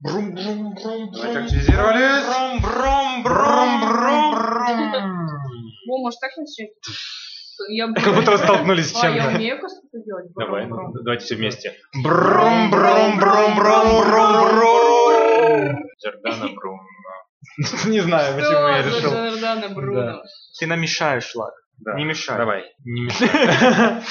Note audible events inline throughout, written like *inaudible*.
Брум, брум, брум, брум. Активизировались. Брум, брум, брум, Брум, брум, брум. брум. Во, может так начнем? Я Как будто вы столкнулись с А, я чем-то. умею кое-что делать. Давай, ну, Бром-бром. давайте все вместе. Брум, брум, брум, брум, брум, брум. Джордана Бруно. *laughs* Не знаю, Что почему я за решил. Джордана Бруно? Ты нам мешаешь, Лак. Да. Не мешай. Давай. Не мешай. *laughs*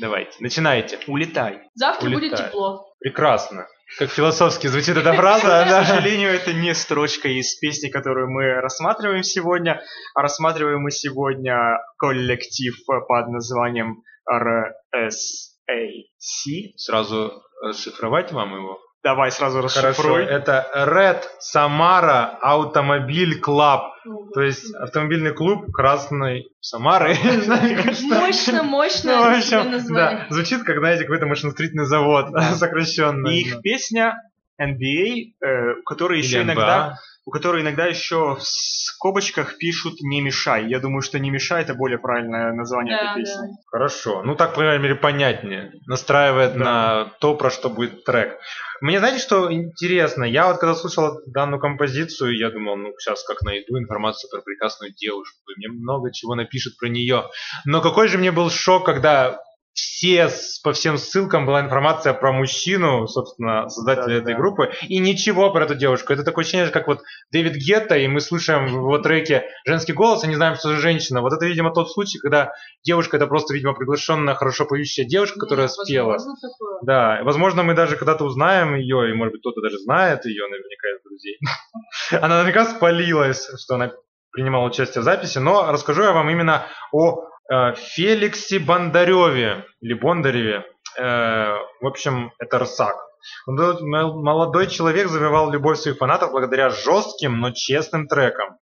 Давайте. Начинайте. Улетай. Завтра будет Улетает. тепло. Прекрасно. Как философски звучит эта фраза, К да? сожалению, это не строчка из песни, которую мы рассматриваем сегодня, а рассматриваем мы сегодня коллектив э, под названием RSAC. Сразу э, расшифровать вам его? Давай сразу Хорошо, расшифруй. это Red Samara Автомобиль Club. Ну, То есть автомобильный клуб Красной Самары. Не знаю, как *laughs* что. *laughs* Мощно, Ну, в мощно это общем, да, название. звучит как, знаете, какой-то машиностроительный завод, *laughs* сокращенно. И их песня NBA, э, у которой еще иногда у которой иногда еще в скобочках пишут «не мешай». Я думаю, что «не мешай» — это более правильное название Да, этой песни. да. Хорошо. Ну, так, по крайней мере, понятнее. Настраивает Да. на то, про что будет трек. Мне, знаете, что интересно? Я вот, когда слушал данную композицию, я думал, ну, сейчас как найду информацию про прекрасную девушку, и мне много чего напишут про нее. Но какой же мне был шок, когда все, с- по всем ссылкам была информация про мужчину, собственно, создателя Да, этой да. группы, и ничего про эту девушку. Это такое ощущение, как вот Дэвид Гетта, и мы слушаем в его треке женский голос, а не знаем, что же женщина. Вот это, видимо, тот случай, когда девушка это просто, видимо, приглашенная, хорошо поющая Ну, девушка, которая спела. Возможно, такое. Да, возможно, мы даже когда-то узнаем ее, и, может быть, кто-то даже знает ее наверняка из друзей. *laughs* Она наверняка спалилась, что она принимала участие в записи, но расскажу я вам именно о э, Феликсе Бондареве, или Бондареве. Э, в общем, это Рсак. Молодой- мол- Молодой человек завоевал любовь своих фанатов благодаря жестким, но честным трекам.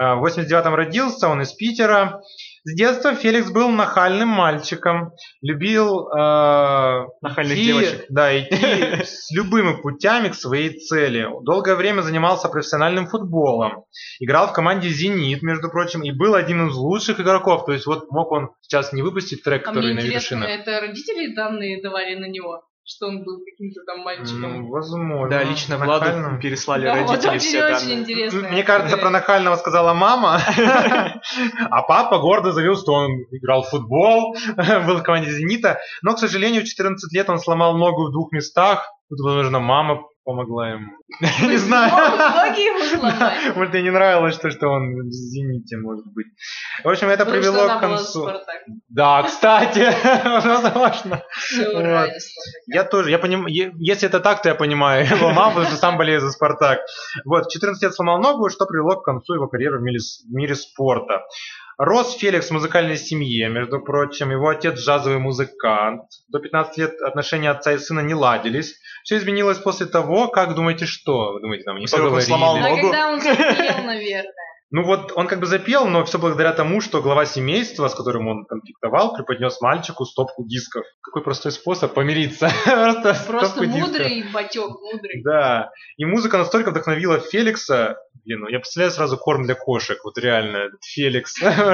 Э, В 89-м родился, он из Питера. С детства Феликс был нахальным мальчиком, любил э, Нахальных идти, девочек. *laughs* Да, идти с любыми путями к своей цели. Долгое время занимался профессиональным футболом. Играл в команде «Зенит», между прочим, и был одним из лучших игроков. То есть вот мог он сейчас не выпустить трек, А который мне на интересно, вершинах. это родители данные давали на него? Что он был каким-то там мальчиком? М, Возможно. Да, лично Нахальным. Владу переслали А. Да, вот родители очень все очень данные. интересно. Мне кажется, про нахального сказала мама, а папа гордо заявил, что он играл в футбол, *laughs* был в команде «Зенита». Но, к сожалению, в 14 лет он сломал ногу в двух местах. Тут, возможно, мама помогла ему. Не *laughs* знаю. Многие *laughs* его сломали. Может, ей не нравилось то, что он в «Зените», может быть. В общем, это Потому что привело она к была концу. Спартак. Да, кстати, *laughs* возможно. Всё, Вот. ради Спартака. Я тоже, я поним... е- если это так, то я понимаю *laughs* его маму, потому что сам болею за «Спартак». Вот, в 14 лет сломал ногу, что привело к концу его карьеры в мире, с- в мире спорта. Рос Феликс в музыкальной семье, между прочим, его отец джазовый музыкант. До 15 лет отношения отца и сына не ладились. Все изменилось после того, как думаете, что? Вы думаете, там не После того, как он поговорили? сломал Да, ногу. когда *laughs* он запел, наверное. Ну вот он как бы запел, но все благодаря тому, что глава семейства, с которым он конфликтовал, преподнес мальчику стопку дисков. Какой простой способ помириться. *laughs* Просто Просто стопку дисков. мудрый батек, *laughs* мудрый. Да. И музыка настолько вдохновила Феликса. Блин, ну я представляю сразу корм для кошек. Вот реально, этот Феликс. *laughs*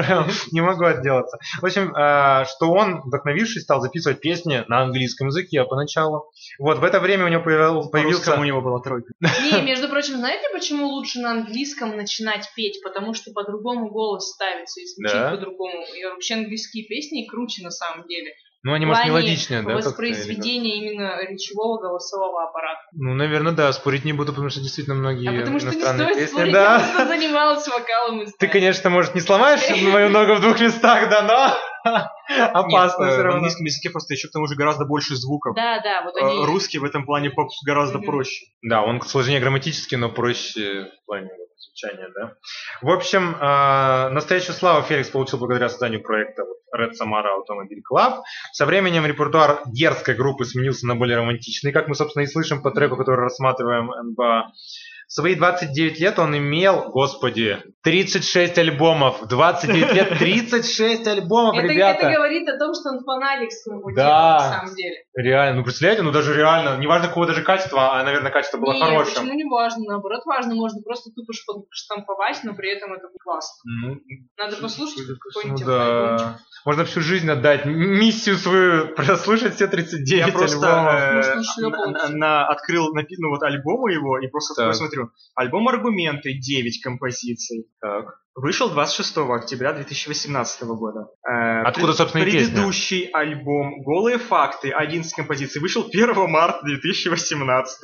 Не могу отделаться. В общем, а, что он, вдохновившись, стал записывать песни на английском языке поначалу. Вот в это время у него появил- По-русскому у появился... него была тройка. Не, между прочим, знаете, почему лучше на английском начинать петь? Потому что по-другому голос ставится и звучит Да. по-другому. И вообще английские песни круче на самом деле. Ну, они, В может, плане мелодичные, да? как-то, или как? Воспроизведение именно речевого голосового аппарата. Ну, наверное, да, спорить не буду, потому что действительно многие а потому что не иностранные стоит песни, спорить, я да. просто занималась вокалом и Ты, знаю. конечно, может, не сломаешь мою ногу в двух местах, да, но *laughs* опасно Нет, э, все В равно. английском языке просто еще к тому же гораздо больше звуков. Да, да, вот Э, они... Русский в этом плане поп- гораздо Мгм. проще. Да, он сложнее грамматически, но проще в плане вот звучания, да. В общем, э, настоящую славу Феликс получил благодаря созданию проекта вот, Red Samara Automobile Club. Со временем репертуар дерзкой группы сменился на более романтичный, как мы, собственно, и слышим по треку, который рассматриваем НБА. свои 29 лет он имел, господи, 36 альбомов. В 29 *laughs* лет 36 альбомов, Это, ребята. это говорит о том, что он фанатик своего Да. дела, на самом деле. Реально, ну представляете, ну даже реально, неважно какого даже качества, а, наверное, качество было Не, хорошим. почему не важно? Наоборот, важно. Можно просто тупо шпа- штамповать, но при этом это будет классно. Ну, Надо послушать ну какой-нибудь альбомчик. да. Можно всю жизнь отдать, м- миссию свою прослушать все 39 Я просто альбомов. э, Может, он шлепал на- на- тебя. на- открыл напи- ну, вот альбомы его и просто Так. такой смотрю. Альбом «Аргументы» 9 композиций. Так. Вышел 26 октября 2018 года. Э, Откуда, пред- собственно, и песня. Предыдущий альбом «Голые факты» 11 композиций вышел 1 марта 2018.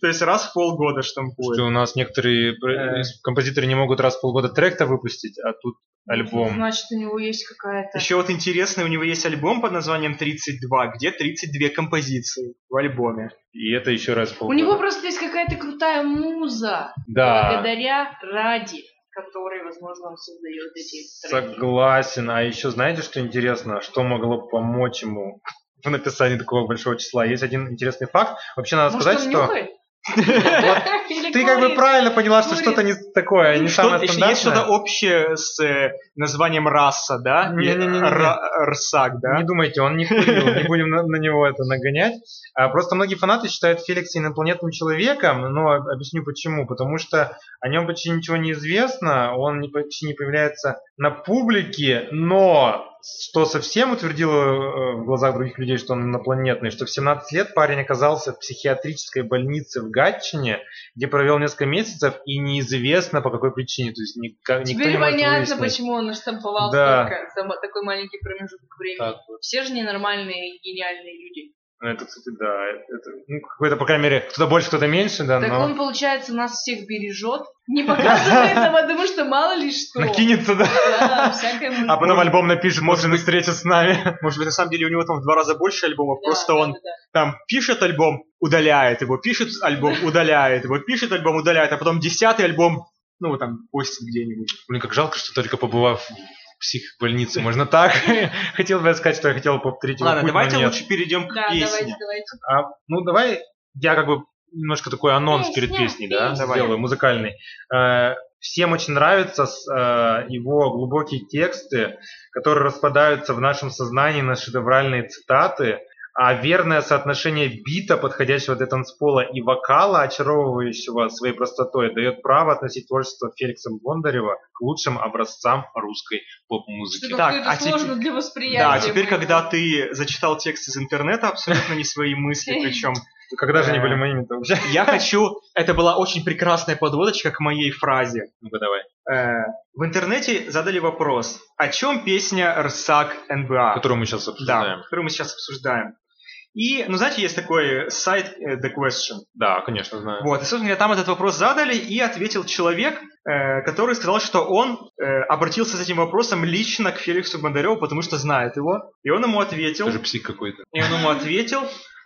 То есть раз в полгода штампует. Что у нас некоторые пр- Э. композиторы не могут раз в полгода трек-то выпустить, а тут альбом. Значит, у него есть какая-то... Еще вот интересно, у него есть альбом под названием 32, где 32 композиции в альбоме. И это еще раз в У полгода. него просто есть какая-то крутая муза, Да. благодаря ради, которой, возможно, он создает эти треки. Согласен. А еще знаете, что интересно? Что могло помочь ему *laughs* в написании такого большого числа? Есть один интересный факт. Вообще надо Может, сказать, он что... нюхает? *laughs* Или Ты как бы курит? правильно поняла, что Курит. что-то не такое, не Что- самое есть что-то стандартное. общее с э, названием раса, да? э, Не-не-не-не-не. Ра- Рсак, да? Не думайте, он не курил, не будем на, на него это нагонять. А просто многие фанаты считают Феликса инопланетным человеком, но объясню почему. Потому что о нем почти ничего не известно, он не, почти не появляется на публике, но что совсем утвердило э, в глазах других людей, что он инопланетный, что в 17 лет парень оказался в психиатрической больнице в Гатчине, где провел несколько месяцев, и неизвестно по какой причине, то есть никак- никто не Теперь может понятно, выяснить. почему он наштамповал Да. столько за м- такой маленький промежуток времени. Так вот. Все же ненормальные, гениальные люди. Ну, это, кстати, да. Это, ну, какой-то, по крайней мере, кто-то больше, кто-то меньше, да, Так но... он, получается, нас всех бережет, *laughs* не показывает нам, потому что мало ли что. Накинется, да. Да, всякое может А потом альбом напишет, может, он быть- встретится с нами. *laughs* Может быть, на самом деле у него там в два раза больше альбомов, быть. Да, просто да, он да, да. там пишет альбом, удаляет его, пишет альбом, удаляет его, пишет альбом, удаляет, а потом десятый альбом, ну, там, постит где-нибудь. Блин, как жалко, что только побывав в *laughs* психбольнице. Можно так? *laughs* Хотел бы я сказать, что я хотел бы повторить его Ладно, путь, но давайте нет. лучше перейдем к Да, давайте, песне. давайте. А, ну, давай я как бы немножко такой анонс Песня, перед песней, да, песня. Давай. сделаю, музыкальный. Э, Всем очень нравятся с, э, его глубокие тексты, которые распадаются в нашем сознании на шедевральные цитаты, а верное соотношение бита, подходящего для танцпола, и вокала, очаровывающего своей простотой, дает право относить творчество Феликса Бондарева к лучшим образцам русской поп-музыки. Что-то Так, какое-то а теперь- сложно для восприятия. Да, теперь, моего. когда ты зачитал текст из интернета, абсолютно не свои *laughs* мысли, причем Когда же они были моими-то вообще? я хочу... Это была очень прекрасная подводочка к моей фразе. Ну-ка давай. Э, В интернете задали вопрос, о чем песня «Рсак НБА»? Которую мы сейчас Да, обсуждаем. которую мы сейчас обсуждаем. И, ну, знаете, есть такой сайт э, The Question. Да, конечно, знаю. Вот, и, собственно говоря, там этот вопрос задали, и ответил человек, э, который сказал, что он э, обратился с этим вопросом лично к Феликсу Бондареву, потому что знает его. И он ему ответил, Это же псих какой-то. и он ему ответил,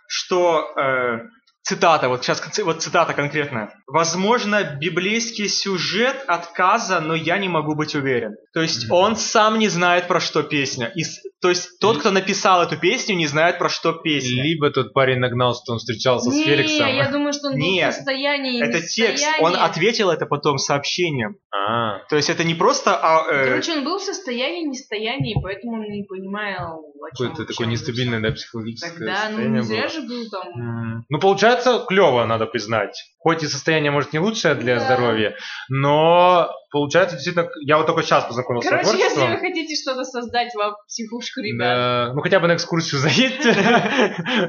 что э, цитата, вот сейчас конце- вот цитата конкретная. Возможно, библейский сюжет отказа, но я не могу быть уверен. То есть Мгм. он сам не знает, про что песня. И с- то есть тот, Ли- кто написал эту песню, не знает, про что песня. Либо тот парень нагнал, что он встречался Не, с Феликсом. я думаю, что он был Нет, в состоянии. Это текст. Он ответил это потом сообщением. А, То есть это не просто... а, э, Короче, он был в состоянии нестоянии, поэтому он не понимал, о чем какое-то вообще такое он нестабильное, да, психологическое написал. Тогда, ну, состояние не зря было. же был там. М, Ну, получается, клево, надо признать. Хоть и состояние, может, не лучшее для Да. здоровья, но получается, действительно, я вот только сейчас познакомился с Короче, если творчеством. вы хотите что-то создать, вам в психушку, ребят. Да, ну, хотя бы на экскурсию заедьте.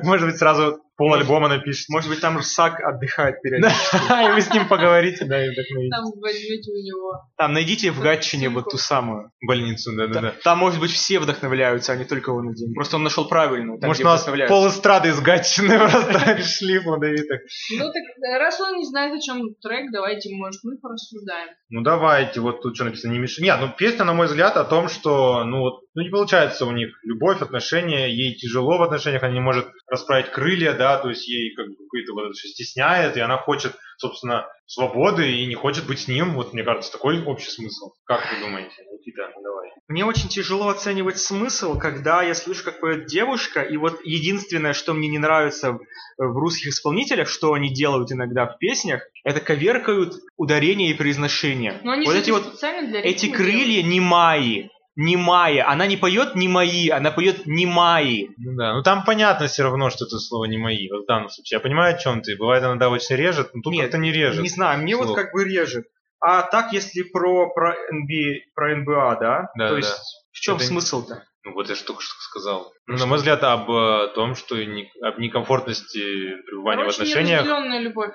Может быть, сразу пол альбома напишите. Может быть, там Русак отдыхает периодически. Да, и вы с ним поговорите, да, и вдохновите. Там возьмете у него. *laughs* Там найдите в Гатчине вот ту самую. Больницу, да-да-да. Та- Там, может быть, все вдохновляются, а не только он один. Просто он нашел правильную. там, Может, где у нас вдохновляются. пол эстрады из Гатчины *laughs* просто шли плодовитых. Ну так, э, раз он не знает, о чем трек, давайте, может, мы порассуждаем. Ну давайте, вот тут что написано, не мешай. Нет, ну песня, на мой взгляд, о том, что ну вот ну, не получается у них любовь, отношения, ей тяжело в отношениях, она не может расправить крылья, да, то есть ей как бы какое-то вот это всё стесняет, и она хочет, собственно, свободы и не хочет быть с ним. Вот мне кажется, такой общий смысл. Как вы думаете? Вот Никита, Ну, давай. Мне очень тяжело оценивать смысл, когда я слышу, как поет девушка, и вот единственное, что мне не нравится в, в русских исполнителях, что они делают иногда в песнях, это коверкают ударение и произношение. Но они вот же эти это вот специально для эти ритма крылья не мои, не мои. Она не поет не мои, она поет не мои. Ну да, ну там понятно все равно, что это слово не мои. Вот в данном случае. Я понимаю, о чем ты. Бывает, иногда очень режет, но тут Нет, как-то не режет. Не знаю, мне вот Слух. как бы режет. А так, если про, про, NBA, про НБА, да? Да, То да. есть в чем Это- смысл-то? Ну вот я же только что сказал. Ну, на мой взгляд, об э, том, что не- об некомфортности пребывания в Короче, отношениях. неразделенная любовь.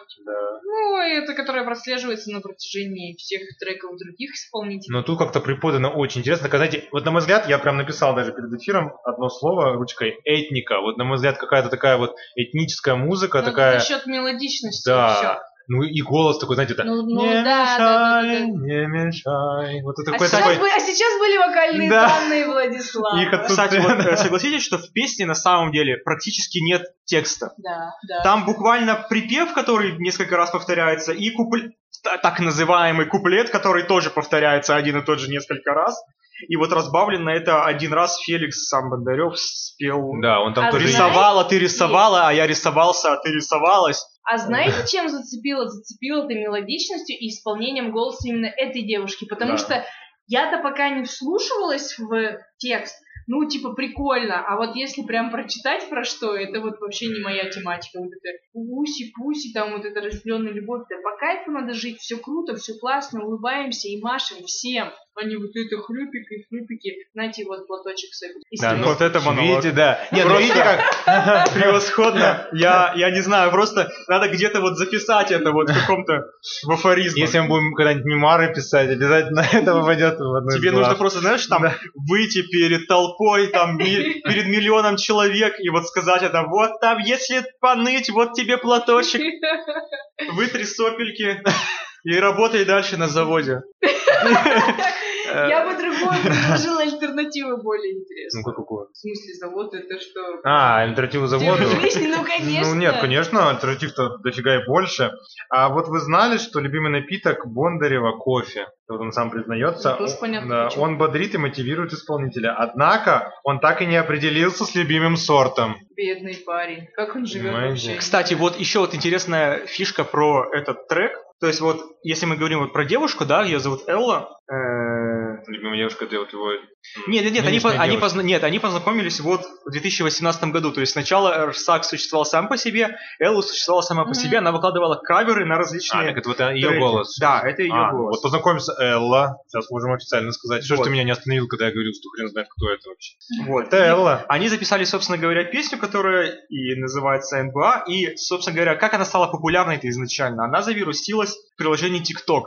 Ну, это которая прослеживается на протяжении всех треков других исполнителей. Но тут как-то преподано очень интересно. Когда эти- вот на мой взгляд, я прям написал даже перед эфиром одно слово ручкой этника. Вот на мой взгляд, какая-то такая вот этническая музыка, Но Ну, такая. За счет мелодичности Да. Ну, всё. Ну и голос такой, знаете, это. Ну, ну не да, да, да, да, мешай, да. не мешай. Вот это А такой сейчас, такой. бы- а сейчас были вокальные Да. данные Владислава. Их отсутствие. Кстати, вот *laughs* э, согласитесь, что в песне на самом деле практически нет текста. Да, да. Там буквально припев, который несколько раз повторяется, и куплет, так называемый куплет, который тоже повторяется один и тот же несколько раз. И вот разбавлен на это один раз Феликс сам Бондарев спел. Да, он там А тоже. знаешь- есть. Рисовала, ты рисовала, а я рисовался, а ты рисовалась. А знаете, чем зацепила? Зацепила ты мелодичностью и исполнением голоса именно этой девушки. Потому Да. что я-то пока не вслушивалась в текст. Ну, типа, прикольно. А вот если прям прочитать про что, это вот вообще не моя тематика. Вот это уси-пуси, там вот это разделенная любовь. Да по кайфу надо жить, все круто, все классно, улыбаемся и машем всем. А не вот это хрюпик и хрюпики. Знаете, вот платочек с этой- Да, ну, Вот это монолог. Видите, да. Не, ну Просто- видите, как Превосходно. Я, я не знаю, просто надо где-то вот записать это вот в каком-то в афоризме. если мы будем когда-нибудь мемуары писать, обязательно *laughs* это попадет в одну из Тебе глав. нужно просто, знаешь, там выйти перед толпой, там ми- перед миллионом человек и вот сказать это, вот там, если поныть, вот *laughs* тебе платочек, э, вытри сопельки *laughs* и работай дальше на заводе. Я бы другую предложила альтернативы более интересные. Ну как угодно. В смысле, завод это что? А, альтернативу заводу. Песни, ну конечно. Ну нет, конечно, альтернатив-то дофига и больше. А вот вы знали, что любимый напиток Бондарева кофе. Вот он сам признается. Ну, тоже О- понятно, да, почему. он бодрит и мотивирует исполнителя. Однако он так и не определился с любимым сортом. Бедный парень. Как он живет Понимаете? вообще? Кстати, вот еще вот интересная фишка про этот трек. То есть вот, если мы говорим вот про девушку, да, ее зовут Элла. э, Любимая девушка делает его. Нет, нет, нет, они, Нынешняя по- они, девушка. позна- нет, они познакомились вот в 2018 году. То есть сначала Рсак существовал сам по себе, Элла существовала сама по Мгм. себе, она выкладывала каверы на А, различные... так это вот ее треки. голос. Да, это ее А, голос. Вот познакомимся, Элла. Сейчас можем официально сказать. Что ж Вот. ты меня не остановил, когда я говорил, что хрен знает, кто это вообще. Вот. Это Элла. Они записали, собственно говоря, песню, которая и называется НБА, и, собственно говоря, как она стала популярной-то изначально? Она завирусилась в приложении TikTok.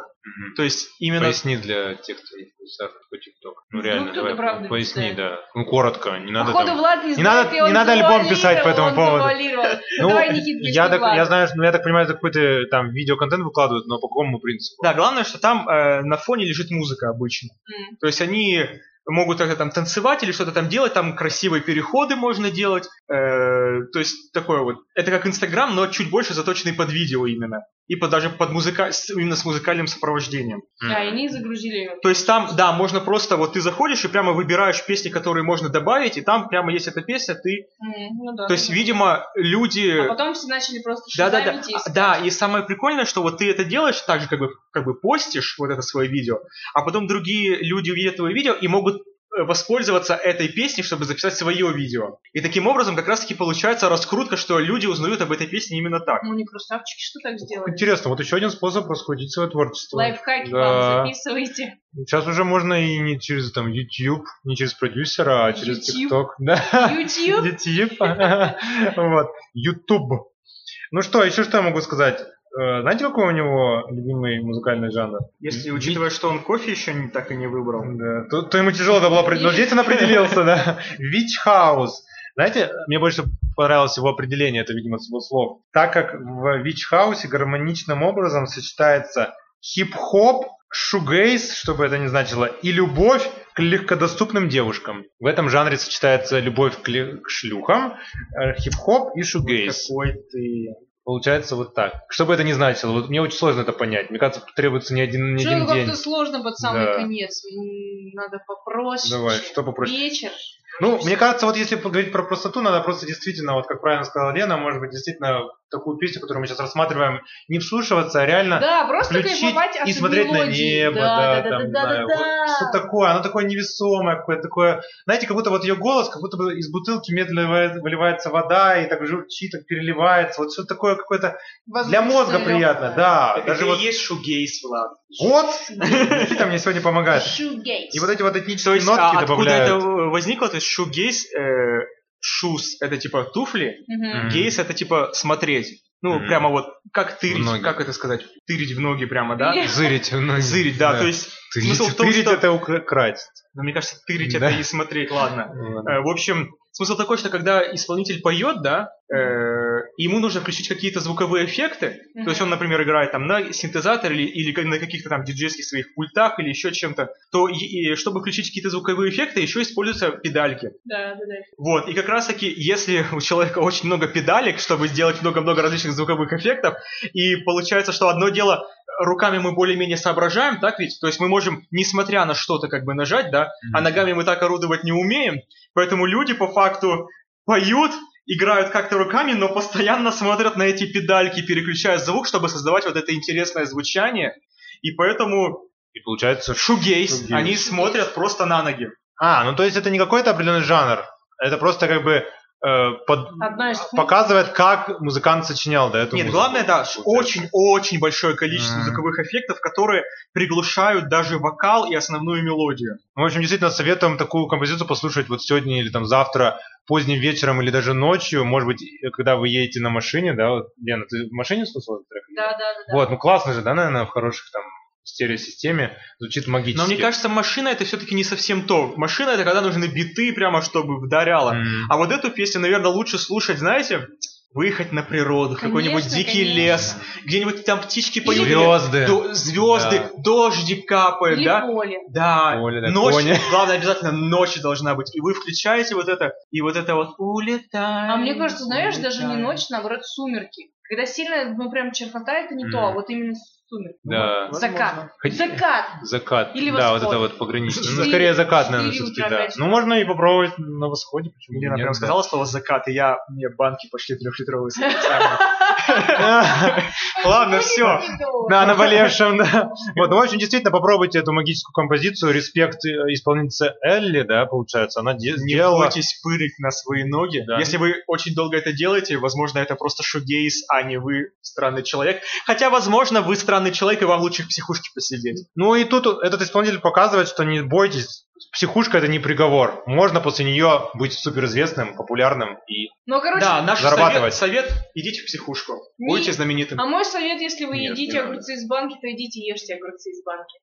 То есть именно... Поясни для тех, кто не в курсах, кто TikTok. Ну реально, кто-то давай, правда ну, поясни, читает. да. Ну коротко, не надо Походу, там- Влад не, Не знает, надо- и он не надо альбом писать по этому завуалировал, поводу. он завуалировал. Ну, Давай, Никит, я, начни, так, Влад. я знаю, что, ну, я так понимаю, это какой-то там видеоконтент выкладывают, но по какому принципу? Да, главное, что там э, на фоне лежит музыка обычно. М. То есть они могут как-то там танцевать или что-то там делать, там красивые переходы можно делать. Э, то есть такое вот. Это как Инстаграм, но чуть больше заточенный под видео именно. И под, даже под музыка... с- именно с музыкальным сопровождением. Да, и они загрузили его. То есть там, да, можно просто, вот ты заходишь и прямо выбираешь песни, которые можно добавить, и там прямо есть эта песня, ты... М, Ну да. То есть, да. видимо, люди... А потом все начали просто Да, да, да. шизамить и А, Да, и самое прикольное, что вот ты это делаешь, так же как бы, как бы постишь вот это свое видео, а потом другие люди увидят твое видео и могут э, воспользоваться этой песней, чтобы записать свое видео. И таким образом как раз-таки получается раскрутка, что люди узнают об этой песне именно так. Ну, не красавчики, что так сделали? Интересно, вот еще один способ раскрутить свое творчество. Лайфхаки Да. *laughs* вам записывайте. Сейчас уже можно и не через там YouTube, не через продюсера, а через YouTube. TikTok. *laughs* Да. YouTube. YouTube. *laughs* Вот. YouTube. Ну что, еще что я могу сказать? Э, Знаете, какой у него любимый музыкальный жанр? Если учитывая, что он кофе еще не, так и не выбрал. Да, то, то ему тяжело это было определить. Но здесь он ну, определился, да. Вич хаус. Знаете, мне больше понравилось его определение, это, видимо, с его слов. Так как в Вич хаусе гармоничным образом сочетается хип-хоп, шугейс, что бы это ни значило, и любовь к легкодоступным девушкам. В этом жанре сочетается любовь к, ле- к шлюхам, э, хип-хоп и шугейс. Какой ты... Получается вот так. Что бы это ни значило, вот мне очень сложно это понять. Мне кажется, требуется не один, не Что один день. как-то сложно под самый Да. конец. М, Надо попроще. Давай, что попроще? Вечер. Ну, мне кажется, вот если поговорить про простоту, надо просто действительно, вот как правильно сказала Лена, может быть, действительно такую песню, которую мы сейчас рассматриваем, не вслушиваться, а реально *laughs* Да, просто включить кайфовать от и смотреть на мелодии. небо, да, да, там, да, да, знаю, да, вот да. что такое, оно такое невесомое, какое-то такое, знаете, как будто вот ее голос, как будто бы из бутылки медленно выливает- выливается вода и так журчит, так переливается, вот что-то такое какое-то для Воздушно мозга лёгкое. приятно, да, Это даже и вот, есть шугейс, Влад. вот, *laughs* Никита мне сегодня помогает, Shoegaze. и вот эти вот То этнические есть, а нотки откуда это добавляют. э, возникло? То есть шугейс, э, шус это типа туфли, Мгм. *laughs* Мгм. гейс это типа смотреть. Ну, Мгм. прямо вот как В тырить, ноги. как это сказать? Тырить в ноги прямо, да? Или- Зырить, ну, Зырить, да. То есть, Тырить, смысл в том, тырить что... это укра- красть. Ну, мне кажется, тырить Да. это и смотреть, ладно. Ладно. Э, В общем, смысл такой, что когда исполнитель поет, да, э, ему нужно включить какие-то звуковые эффекты. То есть он, например, играет там на синтезатор или, или как- на каких-то там диджейских своих пультах или еще чем-то, то и- и чтобы включить какие-то звуковые эффекты, еще используются педальки. Да, да, да. Вот, и как раз таки, если *laughs* у человека очень много педалек, чтобы сделать много-много различных звуковых эффектов, и получается, что одно дело, руками мы более-менее соображаем, так ведь? То есть мы можем, несмотря на что-то, как бы нажать, да, а ногами мы так орудовать не умеем, поэтому люди по факту поют, играют как-то руками, но постоянно смотрят на эти педальки, переключая звук, чтобы создавать вот это интересное звучание, и поэтому И получается... ш- шугейс, Шугейс. они смотрят просто на ноги. А, ну то есть это не какой-то определенный жанр. Это просто как бы э, под- Одна из функций. показывает, как музыкант сочинял до этого. Ну, Нет, музыку. главное, да, Получается. очень-очень большое количество Мгм. звуковых эффектов, которые приглушают даже вокал и основную мелодию. Ну, в общем, действительно советуем такую композицию послушать вот сегодня или там завтра, поздним вечером или даже ночью. Может быть, э, когда вы едете на машине, да, вот, Лена, ты в машине слушала этот трек? Да, да, да, да. Вот, ну классно же, да, наверное, в хороших там стереосистеме звучит магически. Но мне кажется, машина это все-таки не совсем то. Машина это когда нужны биты, прямо чтобы вдаряло. М. А вот эту песню, наверное, лучше слушать, знаете, выехать на природу, в какой-нибудь Конечно, дикий конечно. лес, где-нибудь там птички Или- поют, Звезды. звезды, Да. дождик капает, Или да? поле. Да, Поле, да, *laughs* ночь, кони. главное, обязательно ночь должна быть. И вы включаете вот это, и вот это вот улетай. А мне кажется, знаешь, даже не улетай». ночь, наоборот, сумерки. Когда сильно, ну, прям чернота, это не то, а Мгм. вот именно сумерки. Да. Возможно. Закат. Хоть- *laughs* Закат. Закат. Или да, восход. вот это вот пограничное. Ну, Четыре- скорее закат, наверное, четыре все-таки, утра да. опять. Ну, можно и попробовать на восходе, почему Лена бы прям нет, а сказала слово закат, и я, мне банки пошли *laughs* трехлитровые специально. да. *laughs* Ладно, всё. Да, наболевшем, да. Вот, ну, в общем, действительно, попробуйте эту магическую композицию. Респект э, исполнительнице Элли, да, получается. Она де- Не сделала... бойтесь пырить на свои ноги. Да. Если вы очень долго это делаете, возможно, это просто шугейс, а не вы странный человек. Хотя, возможно, вы странный человек, и вам лучше в психушке посидеть. Ну, и тут этот исполнитель показывает, что не бойтесь, психушка это не приговор. Можно после нее быть суперизвестным, популярным и... Ну, короче, Да, наш совет, зарабатывать. совет идите в психушку. Не- Будете знаменитым. а мой совет, если вы Нет, не едите надо. огурцы из банки, то идите ешьте огурцы из банки.